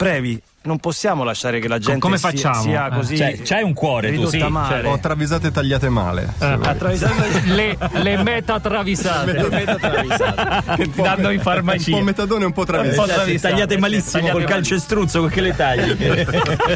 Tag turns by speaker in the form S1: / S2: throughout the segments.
S1: Previ, non possiamo lasciare che la gente
S2: come
S1: sia-
S2: facciamo?
S1: sia,
S2: Eh.
S1: così
S3: Cioè, c'hai un cuore tu,
S1: ridotta
S3: sì. Eh.
S1: male.
S3: Cioè,
S4: Ho travisate tagliate male. se vuoi.
S1: Attraversando-
S2: Le, le meta
S1: Le
S2: travisate.
S1: meta attraversate.
S3: che ti danno in
S4: Un po'
S3: farmacia.
S4: metadone, un po'
S3: Esatto,
S4: travisate.
S3: tagliate malissimo
S2: Tagliate
S3: col calcestruzzo che le tagli.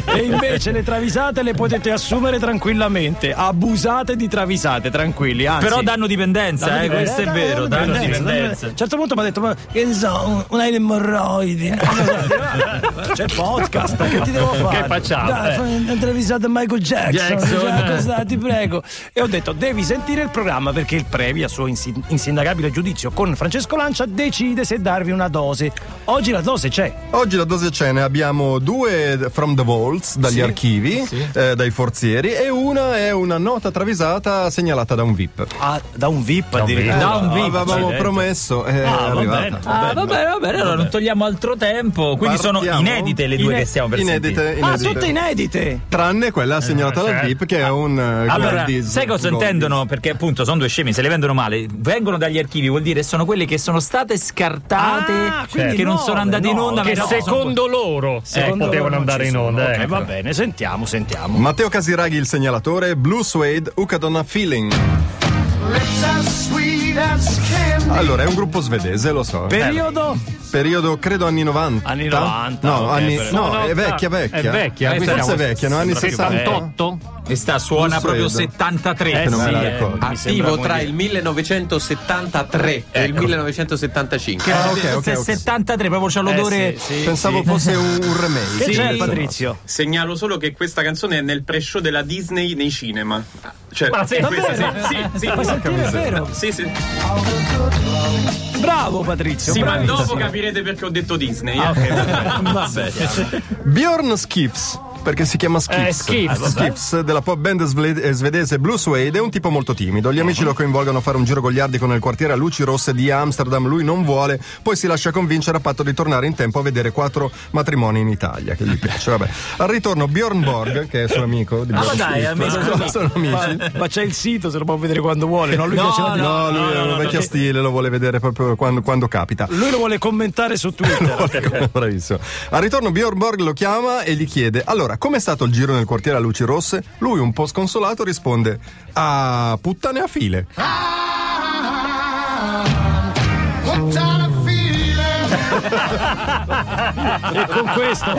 S1: e invece le travisate le potete assumere tranquillamente. Abusate di travisate, tranquilli. Anzi,
S2: Però danno dipendenza, eh, questo è vero, danno
S1: dipendenza,
S2: dipendenza.
S1: danno- A un certo punto mi ha detto, ma che ne so, un- una emorroidi. Eh, C'è il podcast, che ti devo fare?
S2: Che facciamo?
S1: Dai,
S2: Eh.
S1: fai un'intervistata a Michael Jackson.
S2: Jackson,
S1: cioè,
S2: eh.
S1: cosa- ti prego. E ho detto, devi sentire il programma perché il Previ, a suo insin- insindacabile giudizio, con Francesco Lancia, decide se darvi una dose. Oggi la dose c'è.
S3: Eh.
S4: Oggi la dose ce ne abbiamo due from the vaults, dagli
S1: Sì.
S4: archivi, eh, dai forzieri, e una è una nota travisata segnalata da un VIP.
S1: Ah, da un VIP addirittura.
S2: Da un VIP.
S4: Avevamo
S2: accidenti.
S4: promesso, eh, è
S1: Ah, va
S4: arrivata.
S1: bene.
S3: Ah, vabbè, vabbè, allora non togliamo altro tempo. Quindi sono
S4: Partiamo.
S3: inedite le due
S1: Ine-
S3: che stiamo per
S4: Inedite,
S3: sentire. Eh,
S1: Ah,
S4: inedite.
S1: tutte
S2: Eh,
S1: inedite.
S4: Tranne quella segnalata dal
S2: certo.
S4: VIP, che è un. eh,
S3: Ah. Allora,
S4: Goldis.
S3: sai cosa
S4: Goldis.
S3: intendono? Perché appunto sono due scemi, se le vendono male, vengono dagli archivi, vuol dire sono quelle che sono state scartate, cioè,
S1: Ah, quindi
S3: che non
S1: no,
S3: sono andate in
S1: no,
S3: onda,
S1: che
S3: ma no, sono
S2: Secondo loro
S1: Secondo
S2: Esatto. eh,
S1: loro
S2: potevano
S1: non
S2: andare
S1: ci
S2: in
S1: sono.
S2: onda.
S1: Ok,
S2: ecco.
S1: Eh, va bene, sentiamo, sentiamo.
S4: Matteo Casiraghi, il segnalatore, Blue Suede, Ucadonna Feeling. Allora, è un gruppo svedese, lo so.
S1: Periodo?
S4: Periodo credo anni 90.
S1: Anni 90,
S4: No,
S1: ok,
S4: anni-
S1: però-
S4: no,
S2: Sono-
S4: è vecchia, vecchia.
S2: È vecchia,
S4: Eh,
S2: questa
S4: forse è
S2: era-
S4: vecchia, no? Anni
S2: sembra
S4: 60.
S2: 78?
S3: E sta, suona
S4: Non
S3: proprio
S4: credo.
S3: 73.
S4: Che non me
S2: sì,
S4: la
S2: eh.
S4: ricordo.
S1: Mi sembra
S5: attivo
S1: come
S5: tra
S1: dire-
S5: il 1973 e
S1: Ecco.
S5: il 1975.
S4: Ah, ok, ok, ok.
S3: 73, proprio c'ha l'odore.
S1: Eh, sì, sì,
S4: Pensavo
S1: sì.
S4: fosse un un
S1: Che
S4: remake.
S1: c'è,
S4: Insomma.
S1: Patrizio?
S6: Segnalo solo che questa canzone è nel pre-show della Disney nei cinema. Cioè,
S2: Ma sì,
S6: questa
S1: davvero?
S6: sì, sì,
S1: Fai sentire, è vero?
S6: sì, sì, sì.
S1: Bravo, Patrizio.
S6: Sì, ma
S1: bravissimo. Ah,
S6: dopo capirete perché ho detto Disney. eh.
S4: Bjorn Skifs. Perché si chiama Skiffs.
S2: Eh, Skifs.
S4: Skifs, della pop band svle- eh, svedese Blue Suede, è un tipo molto timido. Gli amici lo coinvolgono a fare un giro goliardico nel quartiere a luci rosse di Amsterdam. Lui non vuole, poi si lascia convincere a patto di tornare in tempo a vedere quattro matrimoni in Italia, che gli piace. Vabbè. Al ritorno, Bjorn Borg, che è suo amico di
S3: Ah,
S4: Bjorn
S3: ma dai,
S4: Skifs,
S3: almeno
S4: sono, sono amici.
S1: Ma, ma c'è il sito, se lo può vedere quando vuole. No, lui, piace la-
S4: No, lui è una vecchia stile, lo vuole vedere proprio quando, quando capita.
S1: lui lo vuole commentare su Twitter.
S4: Ecco, Bravissimo. Al ritorno Bjorn Borg lo chiama e gli chiede: Allora, com'è stato il giro nel quartiere a luci rosse? Lui, un po' sconsolato, risponde: Ah, puttane a file.
S1: e con questo,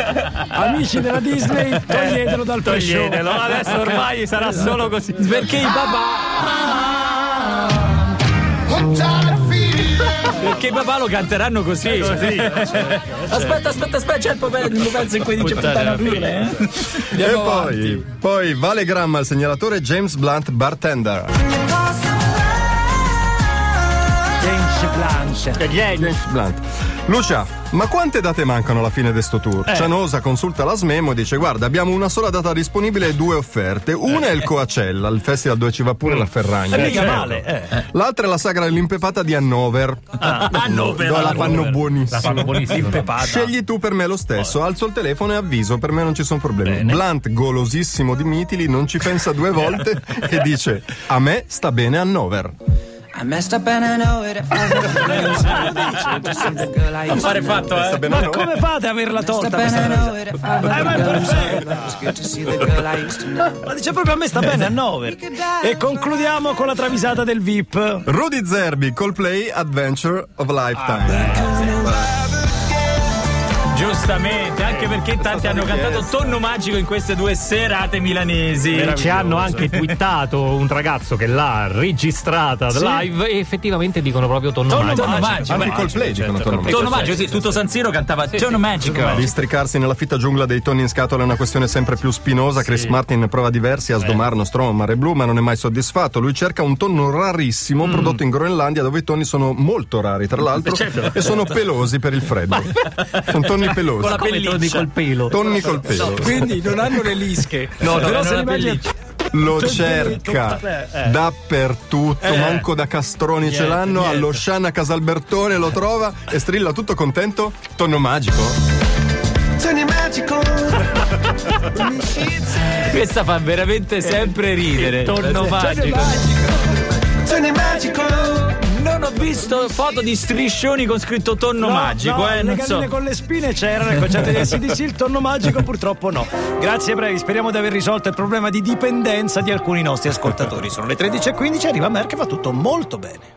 S1: amici della Disney, toglietelo dal Esatto. pre-show.
S2: Toglietelo, adesso ormai sarà solo così.
S3: Perché i papà. Perché i papà lo canteranno così.
S1: cioè.
S3: eh, certo, Aspetta, aspetta, aspetta, c'è il papà, il pezzo in cui dice puttana pure. eh.
S4: e poi, poi Vale Gramma, il segnalatore James Blunt, bartender.
S1: James Blanche.
S4: James Blunt. Lucia, ma quante date mancano alla fine di sto tour? Cianosa consulta la Smemo e dice: Guarda, abbiamo una sola data disponibile e due offerte. Una è il Coacella, il festival dove ci va pure la Ferragna.
S1: Eh,
S3: Cioè,
S1: mica male, eh.
S4: L'altra è la sagra dell'impepata di Hannover. Hannover. la fanno buonissima.
S2: Fanno buonissimo.
S1: Ah,
S4: Scegli tu per me lo stesso, alzo il telefono e avviso, per me non ci sono problemi. Blunt, golosissimo di mitili, non ci pensa due volte e dice: A me sta bene Hannover.
S7: I messed up and I know it.
S3: Affare fatto, eh.
S4: Sta bene
S1: Ma
S4: Hannover?
S1: come fate a averla tolta questa cosa? Eh, Ma dice proprio a me sta bene a 9. E concludiamo con la travisata del VIP.
S4: Rudy Zerbi, Coldplay, Adventure of a Lifetime.
S3: Giustamente, anche perché in tanti hanno cantato Tonno Magico in queste due serate milanesi.
S2: Ci hanno anche twittato un ragazzo che l'ha registrata live e effettivamente dicono proprio tonno,
S3: Tonno
S2: magico.
S3: Magico.
S4: Anche
S3: beh,
S4: i Coldplay dicono Tom Hanks.
S3: Tonno Magico, sì, tutto San Siro cantava Tonno Magico.
S4: Districarsi nella fitta giungla dei tonni in scatola è una questione sempre più spinosa. Chris Martin ne prova diversi
S3: Eh.
S4: a sdomare Nostromo, Mare Blu, ma non è mai soddisfatto. Lui cerca un tonno
S3: Mm.
S4: rarissimo prodotto in Groenlandia, dove i tonni sono molto rari, tra l'altro,
S3: Eh,
S4: e sono pelosi per il freddo. sono tonni
S3: Con certo. la
S4: pelosi.
S3: pelliccia.
S2: col pelo.
S4: Tonni col pelo.
S1: Quindi non hanno le lische.
S3: No,
S1: però
S3: no,
S1: se
S3: no,
S1: li
S3: la
S1: mangia-
S3: pelliccia.
S4: Lo
S1: Tutti-
S4: cerca
S1: tutti- eh.
S4: dappertutto,
S3: Eh.
S4: manco da Castroni ce l'hanno, allo Sciana Casalbertone lo trova e strilla tutto contento, tonno magico.
S3: Questa fa veramente sempre ridere. Tonno Magico.
S7: Magico.
S3: non ho visto foto di striscioni con scritto tonno
S1: No,
S3: magico,
S1: no,
S3: eh,
S1: le
S3: non so.
S1: galline con le spine c'erano ecco, nel concerto di SDC, il tonno magico purtroppo no. Grazie Brevi, speriamo di aver risolto il problema di dipendenza di alcuni nostri ascoltatori. Sono le 13.15, arriva Mer che fa tutto molto bene.